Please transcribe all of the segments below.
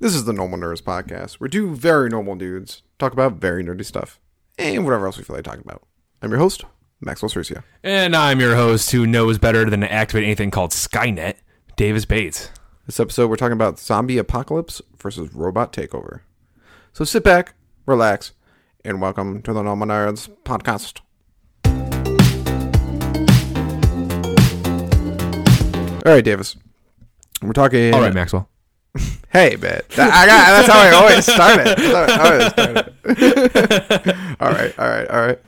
This is the Normal Nerds Podcast. We're two very normal dudes talk about very nerdy stuff and whatever else we feel like talking about. I'm your host, Maxwell Cercia. And I'm your host who knows better than to activate anything called Skynet, Davis Bates. This episode, we're talking about zombie apocalypse versus robot takeover. So sit back, relax, and welcome to the Normal Nerds Podcast. All right, Davis. We're talking. All right, Maxwell. Hey, man. That- I got, that's how I always start it. That's how I always start it. all right, all right, all right.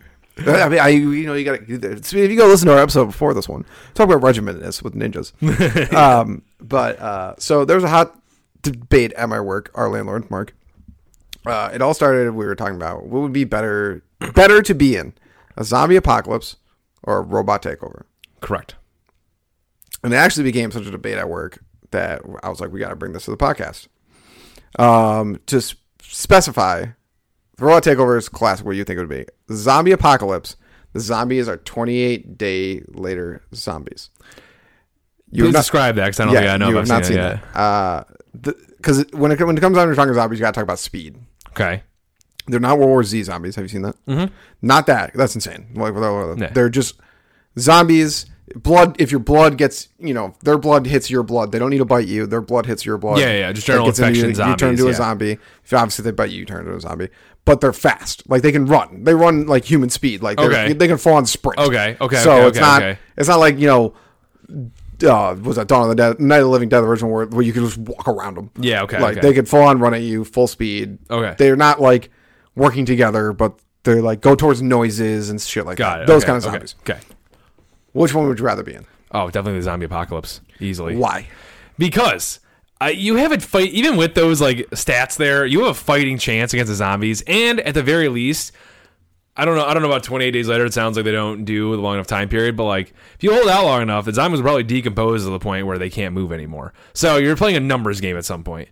I mean, I you know you got to if you go listen to our episode before this one, talk about regimentedness with ninjas. um, but uh, so there was a hot debate at my work, our landlord Mark. Uh, it all started. We were talking about what would be better, better to be in a zombie apocalypse or a robot takeover. Correct. And it actually became such a debate at work that I was like, we got to bring this to the podcast. Um, to s- specify, the robot takeover is classic. What do you think it would be? Zombie apocalypse. The zombies are 28 day later zombies. You You have Please not- describe that because I don't think I know you if I've have not seen seen it yet. that. Because when it when it comes down to talking zombies, you got to talk about speed. Okay. They're not World War Z zombies. Have you seen that? Mm-hmm. Not that. That's insane. Like they're, Yeah. they're just zombies. Blood. If your blood gets, you know, their blood hits your blood. They don't need to bite you. Their blood hits your blood. Yeah, yeah, just That general gets into you, infection You turn zombies, into a yeah. zombie. If obviously they bite you, you turn into a zombie. But they're fast. Like they can run. They run like human speed. Like they're- Okay. they can fall on sprint. Okay, okay, So okay, it's okay, not. okay. It's not like you know. Uh, was that Dawn of the Dead, Night of the Living Dead, the original where, where you could just walk around them? Yeah, okay, Like okay. they could full on run at you full speed. Okay. They're not like working together, but they're like go towards noises and shit like Got that. it. Those okay, kind of okay, zombies. Okay. Which one would you rather be in? Oh, definitely the zombie apocalypse. Easily. Why? Because I, you have a fight, even with those like stats there, you have a fighting chance against the zombies. And at the very least, I don't know. I don't know about 28 days later. It sounds like they don't do a long enough time period. But like, if you hold out long enough, the zombies will probably decompose to the point where they can't move anymore. So you're playing a numbers game at some point.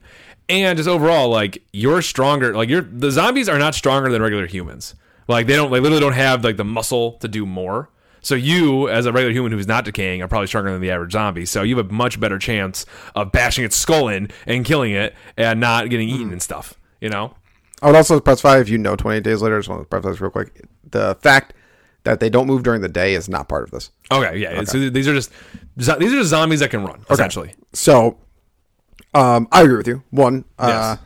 And just overall, like you're stronger. Like you're the zombies are not stronger than regular humans. Like they don't. They literally don't have like the muscle to do more. So you, as a regular human who's not decaying, are probably stronger than the average zombie. So you have a much better chance of bashing its skull in and killing it and not getting eaten and stuff. You know. I would also press five if you know 28 days later. I just want to press this real quick. The fact that they don't move during the day is not part of this. Okay, yeah. So these are just zo- these are just zombies that can run essentially. So, um, I agree with you. One, uh,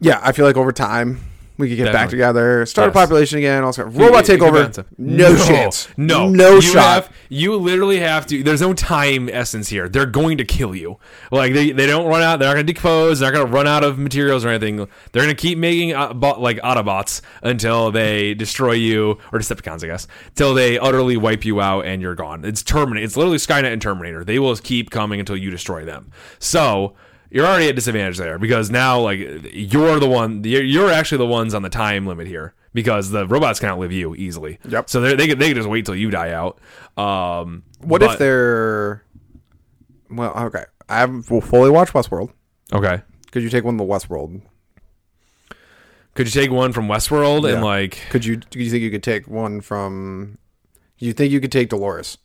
yeah, I feel like over time we could get back Definitely. together, start a Yes. population again. Also, robot It- it could be takeover, expensive. no, chance, no, no You shot. have- you literally have to. There's no time essence here. They're going to kill you. Like they, they don't run out. They're not going to decompose. They're not going to run out of materials or anything. They're going to keep making uh, bot, like Autobots until they destroy you or Decepticons, I guess, till they utterly wipe you out and you're gone. It's Terminator. It's literally Skynet and Terminator. They will keep coming until you destroy them. So you're already at disadvantage there because now like you're the one you're, you're actually the ones on the time limit here because the robots can outlive you easily Yep. so they're- they could- they could just wait till you die out um What if but- they're well? Okay, I haven't fu- fully watched Westworld. okay Could you take one of the Westworld? could you take one from westworld Yeah. and like Could you? Do you think you could take one from? You think you could take Dolores?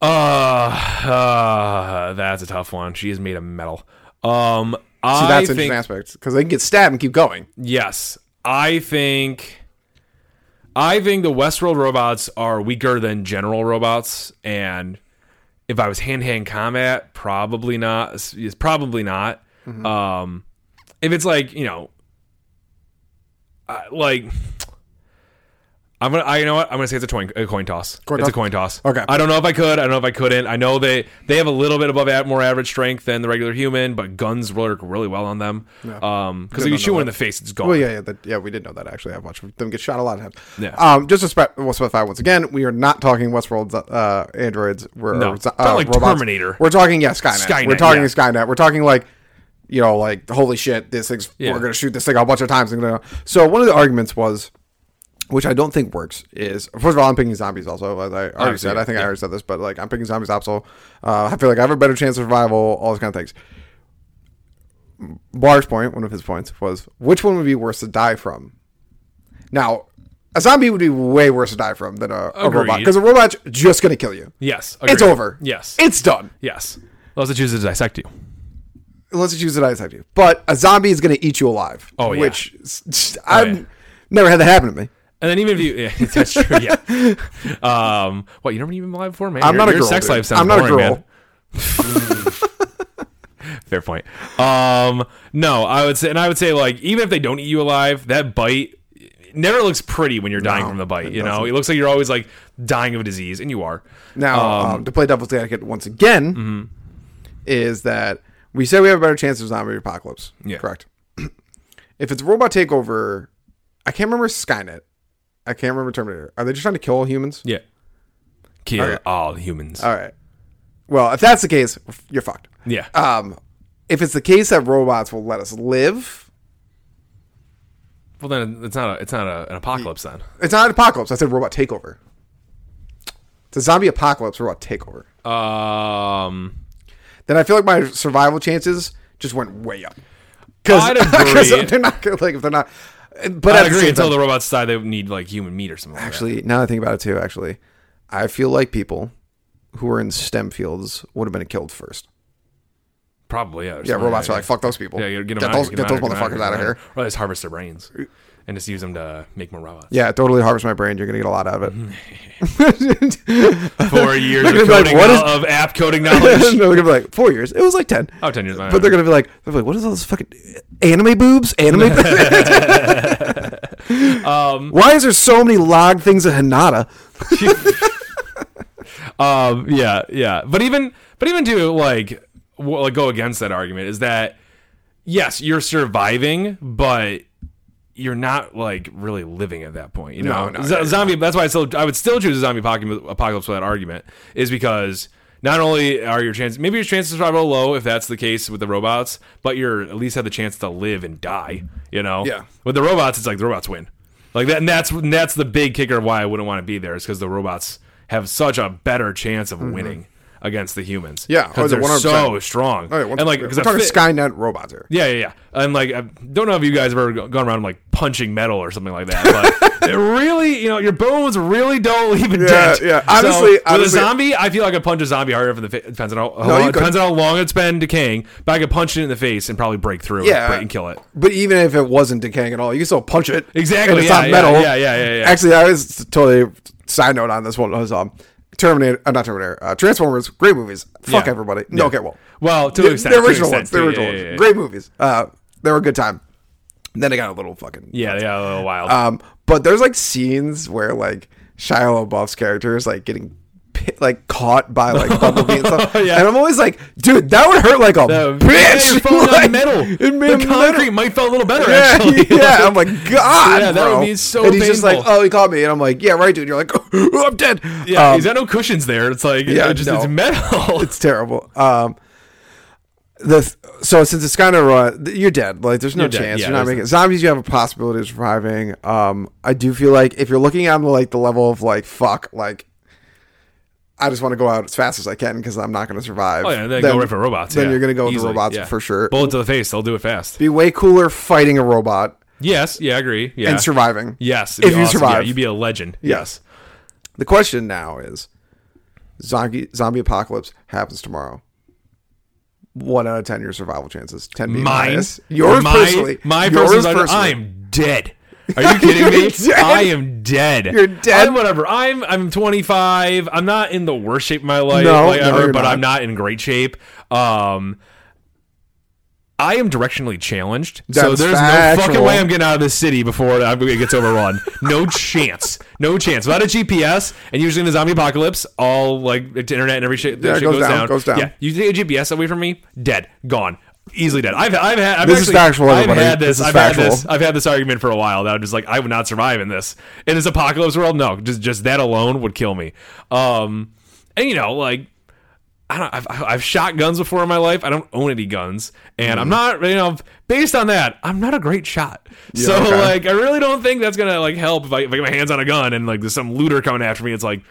uh, uh that's a tough one she is made of metal um See, i that's an interesting think aspect because they can get stabbed and keep going. Yes, I think. I think the Westworld robots are weaker than general robots, and if I was hand to hand combat, probably not. It's probably not. Mm-hmm. Um, if it's like you know, I, like I'm gonna, I you know what I'm gonna say it's a, coin a coin toss. Coin it's toss? a coin toss. Okay. I don't know if I could. I don't know if I couldn't. I know they they have a little bit above at more average strength than the regular human, but guns work really well on them. Um 'cause because if know you shoot one in that. the face, it's gone. Well, yeah, yeah, that, yeah. We did know that actually. I've watched them get shot a lot of times. Yeah. Um, just to spe- well, specify once again, we are not talking Westworld uh, androids. We're No, uh, it's not like robots. Terminator. We're talking yeah, Skynet. Skynet, we're talking yeah. Skynet. We're talking like you know, like holy shit, this thing's Yeah. we're gonna shoot this thing a bunch of times. And gonna, so one of the arguments was. Which I don't think works is first of all I'm picking zombies also as I already Obviously, said I think I yeah. already said this but like I'm picking zombies also uh, I feel like I have a better chance of survival all those kind of things Bar's point, one of his points, was which one would be worse to die from? Now, a zombie would be way worse to die from than a, a Agreed. robot because a robot's just going to kill you. Yes, It's agreed. over. Yes, It's done. yes. Unless it chooses to dissect you. unless you choose to die attack you. But a zombie is going to eat you alive. Oh, yeah. Oh, Which I've yeah. never had that happen to me. And then even if you, yeah, that's true. Yeah. Um, what you never even live before, man. I'm Your- not a your girl, Sex dude. life sounds I'm not a boring, girl. man. Fair point. Um, no, I would say, and I would say, like, even if they don't eat you alive, that bite never looks pretty when you're dying No, from the bite. it You know, doesn't. it looks like you're always like dying of a disease, and you are. Now, um, to play devil's advocate once again, mm-hmm. is that we say we have a better chance of zombie apocalypse. Yeah. Correct. if it's robot takeover, I can't remember Skynet. I can't remember Terminator. Are they just trying to kill all humans? Yeah. Kill Okay. all humans. All right. Well, if that's the case, you're fucked. yeah. Um, if it's the case that robots will let us live, well, then it's not a, it's not a, an apocalypse then. it's not an apocalypse. I said robot takeover. It's a zombie apocalypse robot takeover. Um, Then I feel like my survival chances just went way up. I'd agree. they're not gonna, like if they're not. But I at the agree. same Until time, the robots die, they need like human meat or something. Actually, actually, now that I think about it too, actually, I feel like people who were in STEM fields would have been killed first. probably. Yeah. there's Yeah, something robots that. are like fuck those people. Yeah, you get, 'em get out of those, here, get those them motherfuckers out of here. Or just harvest their brains and just use them to make more robots. Yeah, totally harvest my brain. You're gonna get a lot out Mm-hmm. of it. Four years They're gonna of, be like, coding "What kno- is- of app coding They're knowledge. gonna be like four years. It was like ten. oh, 10 years. But they're gonna be like, they're like, what is all this fucking anime boobs? Anime. um, Why is there so many log things at Hanada? um, yeah, yeah. But even, but even to like, w- like go against that argument is that yes, you're surviving, but you're not like really living at that point. You know, No, no, Z- yeah, zombie. That's why I still I would still choose a zombie apocalypse, apocalypse for that argument is because not only are your chances maybe your chances of survival low if that's the case with the robots, but you're at least have the chance to live and die. You know, Yeah. With the robots, it's like the robots win. Like that, and that's and that's the big kicker of why I wouldn't want to be there is because the robots have such a better chance of winning against the humans. Mm-hmm. Yeah, oh, because the they're 100%. so strong. All right, once- and like we're 'cause a talking fi- Skynet robots here. yeah, yeah, yeah. And like, I don't know if you guys have ever go- gone around like punching metal or something like that, but it really, you know, your bones really don't even dent. yeah. So, Honestly- with honestly- a zombie, I feel like I could punch a zombie harder from the face. Depends on how, how long, you could. depends on how long it's been decaying, but I could punch it in the face and probably break through, and Yeah. break- and kill it. But even if it wasn't decaying at all, you can still punch it. Exactly, And it's yeah, not yeah, metal. yeah, yeah, yeah, yeah. Actually, I was totally side note on this one. was um, Terminator, uh, not Terminator, uh, Transformers. Great movies. Fuck Yeah. everybody. Yeah. No, okay, well, Well, to the, an extent, the to an original extent, ones, the too. original Yeah, ones. yeah, yeah. Great movies. Uh, they were a good time. Then they got a little fucking Yeah, they got a little wild. Um, but there's like scenes where like Shia LaBeouf's character is like getting pit, like caught by like Bumblebee and stuff. Yeah. And I'm always like, dude, that would hurt like a Uh, yeah, bitch. you're falling on Like, metal. It made the of concrete metal. might feel a little better. Yeah, actually. yeah. I'm like, God, Yeah, that bro." would be so And he's just like, painful. oh, he caught me, and I'm like, yeah, right, dude. You're like, oh, I'm dead. yeah. Um, he's got no cushions there. It's like, Yeah, it just no. it's metal. it's terrible. Um, the so since it's kind of run, th- you're dead. Like there's no You're dead. chance. Yeah, you're not there's making zombies. You have a possibility of surviving. Um, I do feel like if you're looking on like the level of like fuck, like I just want to go out as fast as I can because I'm not going to survive. Oh yeah, then, go right for robots. Then yeah. you're going to go with the Easily, robots yeah. for sure. Bullet to the face. They'll do it fast. Be way cooler fighting a robot Yes. Yeah, I agree. Yeah. and surviving. yes. it'd if be you awesome. survive. yeah, you'd be a legend. Yes. The question now is, zombie zombie apocalypse happens tomorrow. One out of ten, your survival chances. Ten being Mine. highest. Yours my, personally. My yours personal- I'm dead. Are you kidding You're me? dead. I am dead. You're dead. I'm whatever. I'm I'm 25. I'm not in the worst shape of my life No, like, no, ever, you're but not. I'm not in great shape. Um I am directionally challenged. so That's there's no factual. fucking way I'm getting out of this city before it it gets overrun. no chance. No chance. Without a GPS, and usually in the zombie apocalypse, all like the internet and every shit, Yeah, it shit goes down, goes down. Yeah, you take a GPS away from me, dead, gone, easily dead. I've I've had I've This is actually, factual, I've everybody. had this. This is I've had this. factual. I've had this argument for a while. That I'm just like I would not survive in this in this apocalypse world. No, just just that alone would kill me. Um, and you know like. I don't, I've, I've shot guns before in my life. I don't own any guns, and Mm. I'm not you know based on that I'm not a great shot. so okay. like I really don't think that's gonna like help if I, if I get my hands on a gun and like there's some looter coming after me. It's like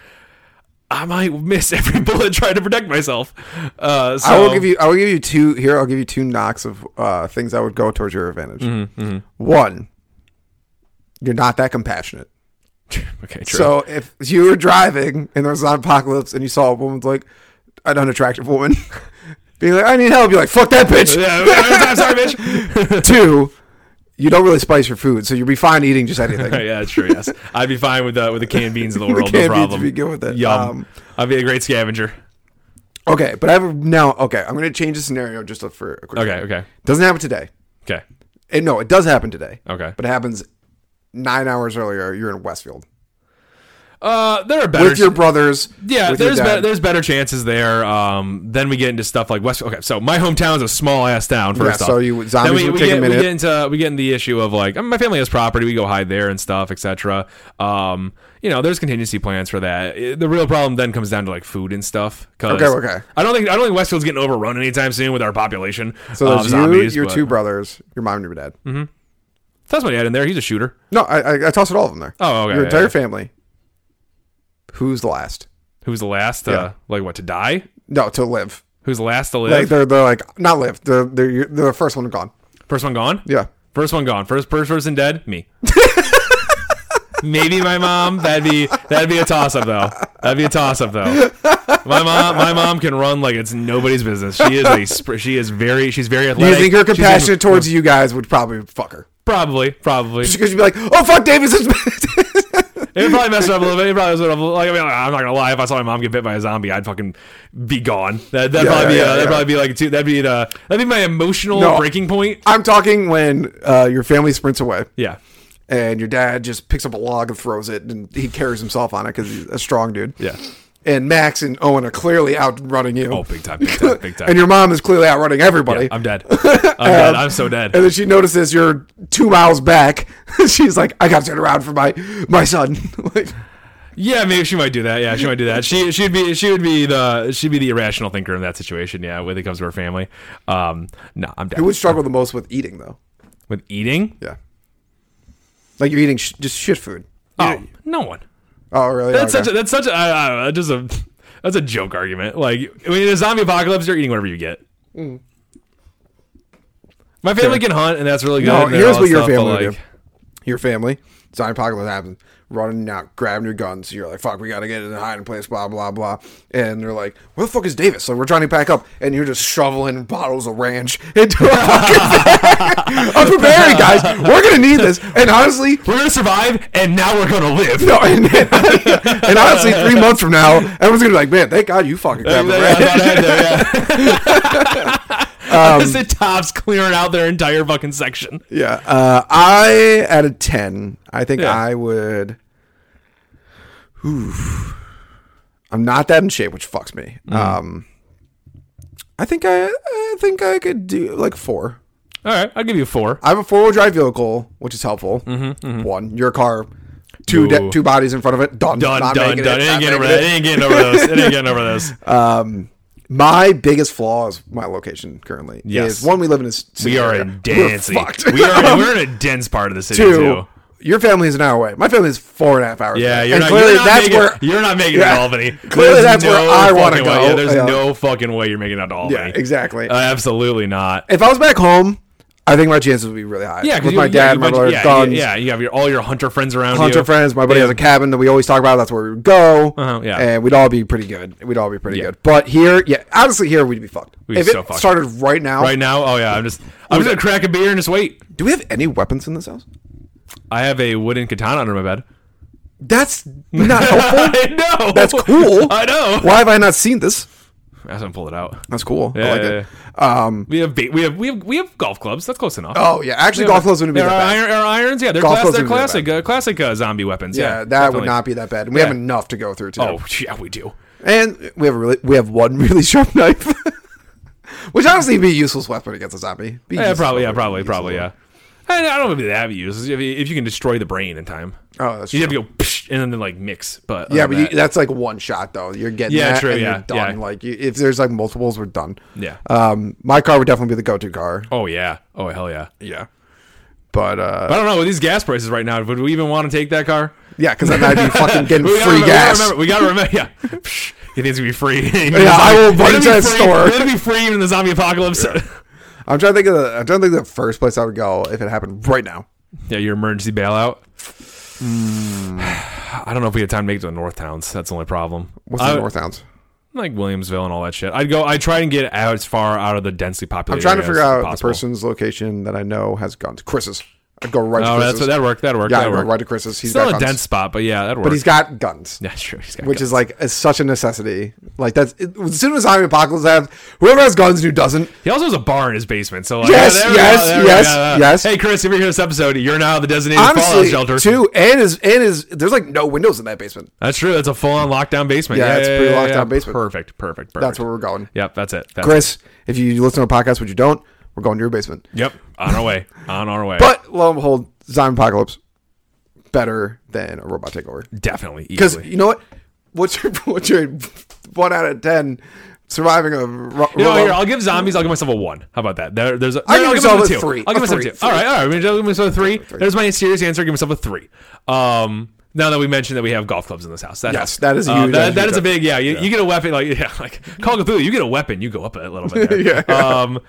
I might miss every bullet trying to protect myself. Uh, so I will give you. I will give you two. Here, I'll give you two knocks of uh, things that would go towards your advantage. Mm-hmm, One, you're not that compassionate. okay, true. So if you were driving and there was an apocalypse and you saw a woman's like an unattractive woman, Be like, I need help. You're like, fuck that bitch. Yeah, I'm sorry, bitch. Two, you don't really spice your food, so you'll be fine eating just anything. yeah, true. Yes, I'd be fine with the with the canned beans of the world. canned beans no problem. would be good with it. Yum. Um, I'd be a great scavenger. Okay, but I have now. Okay, I'm gonna change the scenario just for a quick. Okay, okay, Doesn't happen today. okay, And no, it does happen today, okay. but it happens nine hours earlier. You're in Westfield Uh, there are better. with your brothers. yeah, with your there's dad. better, there's better chances there. Um, then we get into stuff like West. Okay, so my hometown's a small ass town. First Yeah, off, so you- zombies Then we, would we take a get, minute. We get into we get into the issue of like I mean, my family has property. We go hide there and stuff, etc. Um, you know, there's contingency plans for that. It- the real problem then comes down to like food and stuff. 'cause Okay, okay. I don't think I don't think Westfield's getting overrun anytime soon with our population. So of there's Oh, zombies, Mm-hmm. you, your but- two brothers, your mom and your dad. That's what he had in there. He's a shooter. No, I, I, I tossed it all of them there. Oh, okay. your yeah, entire yeah. family. Who's the last? Who's the last? Yeah. Uh, like what to die? No, to live. Who's the last to Like live? they're they're like not live. They're they're, they're the first one gone. First one gone. Yeah. First one gone. First first person dead. Me. Maybe my mom. That'd be that'd be a toss up though. That'd be a toss up though. My mom. My mom can run like it's nobody's business. She is a. sp- She is very. She's very Do you athletic. think her She's in- compassion towards you guys would probably fuck her? Probably. Probably. It Because you'd be like, oh fuck, Davis. would probably mess her up a little bit. It probably mess her up. a little- Like I mean, I'm not gonna lie. If I saw my mom get bit by a zombie, I'd fucking be gone. That that'd Yeah, probably yeah, be. uh, yeah, that'd yeah. probably be like. Too, that'd be the. That'd be my emotional No. breaking point. I'm talking when uh, your family sprints away. Yeah. and your dad just picks up a log and throws it, and he carries himself on it because he's a strong dude. Yeah. And Max and Owen are clearly outrunning you, Oh, big time. Big time. Big time. and Um, your mom is clearly outrunning everybody. I'm dead. I'm dead. I'm so dead. And then she notices you're two miles back. She's like, "I got to turn around for my my son." like, Yeah, maybe she might do that. Yeah, she might do that. She she'd be she would be the she'd be the irrational thinker in that situation. Yeah, when it comes to her family. Um, no, I'm who down would struggle the most with eating, though? with eating. Yeah, like you're eating sh- just shit food. Oh, no one. Oh, really? That's Okay. such a that's such a I, I don't know, just a that's a joke argument. Like I mean, in a zombie apocalypse, you're eating whatever you get. Mm. My family can hunt, and that's really good. No, and all here's that what your stuff, but, family would like, do. your family. Zombie apocalypse happens. Running out, grabbing your guns. You're like, fuck, we gotta get in a hiding place, blah, blah, blah. And they're like, where the fuck is Davis? So we're trying to pack up. And you're just shoveling bottles of ranch into a fucking bag. I'm preparing, guys. We're gonna need this. And honestly, We're gonna survive, and now we're gonna live. no, and, and honestly, three months from now, everyone's gonna be like, man, thank God you fucking grabbed the Yeah, ranch. yeah, yeah, yeah. Just Um, the tops clearing out their entire fucking section. Yeah. Uh, I at a ten. I think Yeah. I would. Ooh. I'm not that in shape, which fucks me. Mm-hmm. Um, I think I, I think I could do like four. All right, I'll give you a four. I have a four wheel drive vehicle, which is helpful. One, your car, two de- Mm-hmm, Ooh. two bodies in front of it. Done, Done, Not done, making done. It, not ain't getting over making that. It ain't getting over those. It ain't getting over those. Um, my biggest flaw is my location currently. Yes. is one we live in a s- city we are area. in We're dense. fucked. We are. We're in a dense part of the city two. too. Your family is an hour away. My family is four and a half hours. Yeah, away. you're and not. clearly you're not that's making, where. you're not making it Yeah. to Albany. Clearly that's where I wanna fucking way- go. Yeah, there's Yeah. no fucking way you're making it to Albany. Yeah, exactly. Uh, absolutely not. if I was back home, I think my chances would be really high. Yeah, 'cause with you- my yeah, dad, you my bunch- brother, yeah, sons, yeah, you have your all your hunter friends around hunter you. friends. My buddy Yeah. has a cabin that we always talk about. That's where we would go. Uh-huh, yeah. and we'd all be pretty good. We'd all be pretty Yeah. good. But here, yeah, honestly, here we'd be fucked. We'd be if it so fucked. started right now, Right now, oh yeah, I'm just. I'm just gonna crack a beer and just wait. do we have any weapons in this house? I have a wooden katana under my bed. That's not helpful. I know. That's cool. I know. Why have I not seen this? I was gonna pull it out. That's cool. I Yeah, like yeah, it. Um, We have ba- we have we have we have golf clubs. That's close enough. oh yeah, actually, golf clubs wouldn't be Our that bad. iron, our irons, yeah, they're, Golf class, clubs they're wouldn't be that classic, uh, classic uh, zombie weapons. Yeah, Yeah, that would definitely. not be that bad. And we have Yeah. enough to go through too. Oh yeah, we do. And we have a really we have one really sharp knife. Which honestly would be a useless weapon against a zombie. Be Yeah, useless probably. Yeah, weapon, probably. useless Probably. weapon. Yeah. I I don't know if that use if you, if you can destroy the brain in time. Oh, that's You have true. to go psh, and then like mix, but yeah, other but than you, that's like one shot though. You're getting Yeah, that true, and yeah, you're done. yeah. Like you, if there's like multiples, we're done. that- yeah. Um, my car would definitely be the go-to car. oh yeah. Oh hell yeah. Yeah, but uh, I don't know with these gas prices right now. Would we even want to take that car? yeah, because then I'd be fucking getting We gotta free remember- gas. We gotta remember. We gotta remember yeah. Psh, You think it's gonna be free? Yeah, I will run into It's gonna be that free- store. It's gonna be free even in the zombie apocalypse. Yeah, I'm trying to think of the, I'm trying to think of the first place I would go if it happened right now. your emergency bailout. Hmm. I don't know if we had time to make it to the North Towns. That's the only problem. What's I- the North Downs? like Williamsville and all that shit. I'd go. I try and get out as far out of the densely I'm populated. trying to areas figure as out the possible. person's location that I know has guns. Chris's. I'd go right to Oh, that's Chris's. what that worked. That worked. yeah, that I'd go worked. right to Chris's. He's Still got a guns. dense spot, but yeah, that worked. but he's got guns. yeah, sure. He's got Which guns. is like is such a necessity. Like that's it, as soon as zombie apocalypse happens, whoever has guns and who doesn't, He also has a bar in his basement. So like, Yes, there we yes, go, there we yes, go, yeah. yes. Hey Chris, if you're here this episode, you're now the designated honestly, fallout shelter. too, and is and is there's like no windows in that basement. That's true. That's a full on lockdown basement. Yeah, it's a pretty lockdown basement. Perfect. Perfect. Perfect. That's where we're going. Yep. That's it. That's It. Chris, if you listen to a podcast, which you don't, we're going to your basement. Yep. On our way. On our way. But lo and behold, zombie apocalypse better than a robot takeover. definitely Because easily. you know what? What's your what's your one out of ten surviving a ro- You know, robot- here, I'll give zombies. I'll give myself a one. How about that? There, there's a, I'll no, give I'll myself a give myself three. I'll A give myself three. two. All right, all right. I'm gonna give myself a three. There's my serious answer. Give myself a three. Um, now that we mentioned that we have golf clubs in this house, that Yes, helps. that is a Uh, huge- that, that huge is a big yeah. You, you get a weapon like yeah, like Call of Cthulhu. You get a weapon, you go up a little bit. There. Yeah, Um,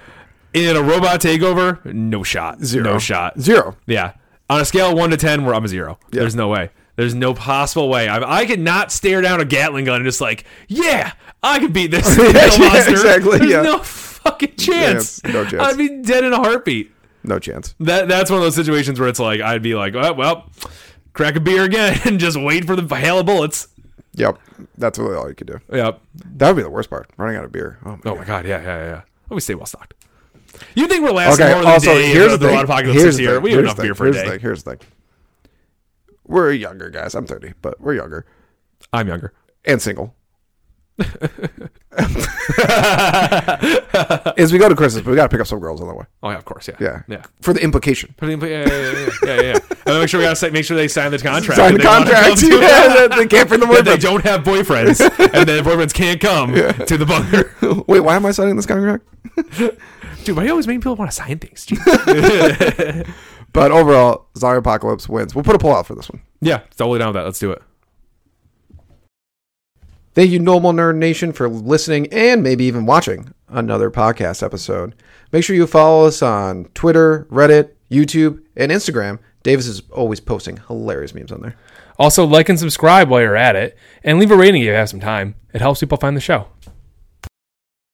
in a robot takeover, no shot, Zero. no shot, Zero. Yeah. On a scale of one to ten, where I'm a zero. There's no way. There's no possible way. I, I could not stare down a Gatling gun and just like, yeah, I could beat this Yeah, little yeah, monster. exactly, There's yeah. no fucking chance. Yeah, no chance. I'd be dead in a heartbeat. No chance. That that's one of those situations where it's like I'd be like, oh, well, crack a beer again and just wait for the hail of bullets. Yep. That's really all you could do. Yep. That would be the worst part. Running out of beer. Oh my Oh my god. Yeah. Yeah. Yeah. Oh, we stay well stocked. You think we're lasting Okay. more than Also, a day? here's the the thing. apocalypse Here's this the year. thing. We have Here's enough the beer thing. for a Here's the thing. day. Here's the thing. We're younger guys. I'm 30, but we're younger I'm younger. and single. As we go to Christmas, but we gotta pick up some girls on the way. Oh yeah, of course. Yeah. Yeah. Yeah. For the implication. Put it in- Yeah, yeah, yeah, yeah, yeah, yeah. And make sure we gotta say, make sure they sign the contract. Sign that the they wanna contract. come to- Yeah, they can't bring the that they boyfriend. don't have boyfriends, and the boyfriends can't come to the bunker. Wait, why am I signing this contract? Dude, why do you always make people want to sign things? Jeez. But overall, Zombie Apocalypse wins. We'll put a poll out for this one. yeah, totally down with that. Let's do it. Thank you, Normal Nerd Nation, for listening and maybe even watching another podcast episode. Make sure you follow us on Twitter, Reddit, YouTube, and Instagram. Davis is always posting hilarious memes on there. Also, like and subscribe while you're at it, and leave a rating if you have some time. It helps people find the show.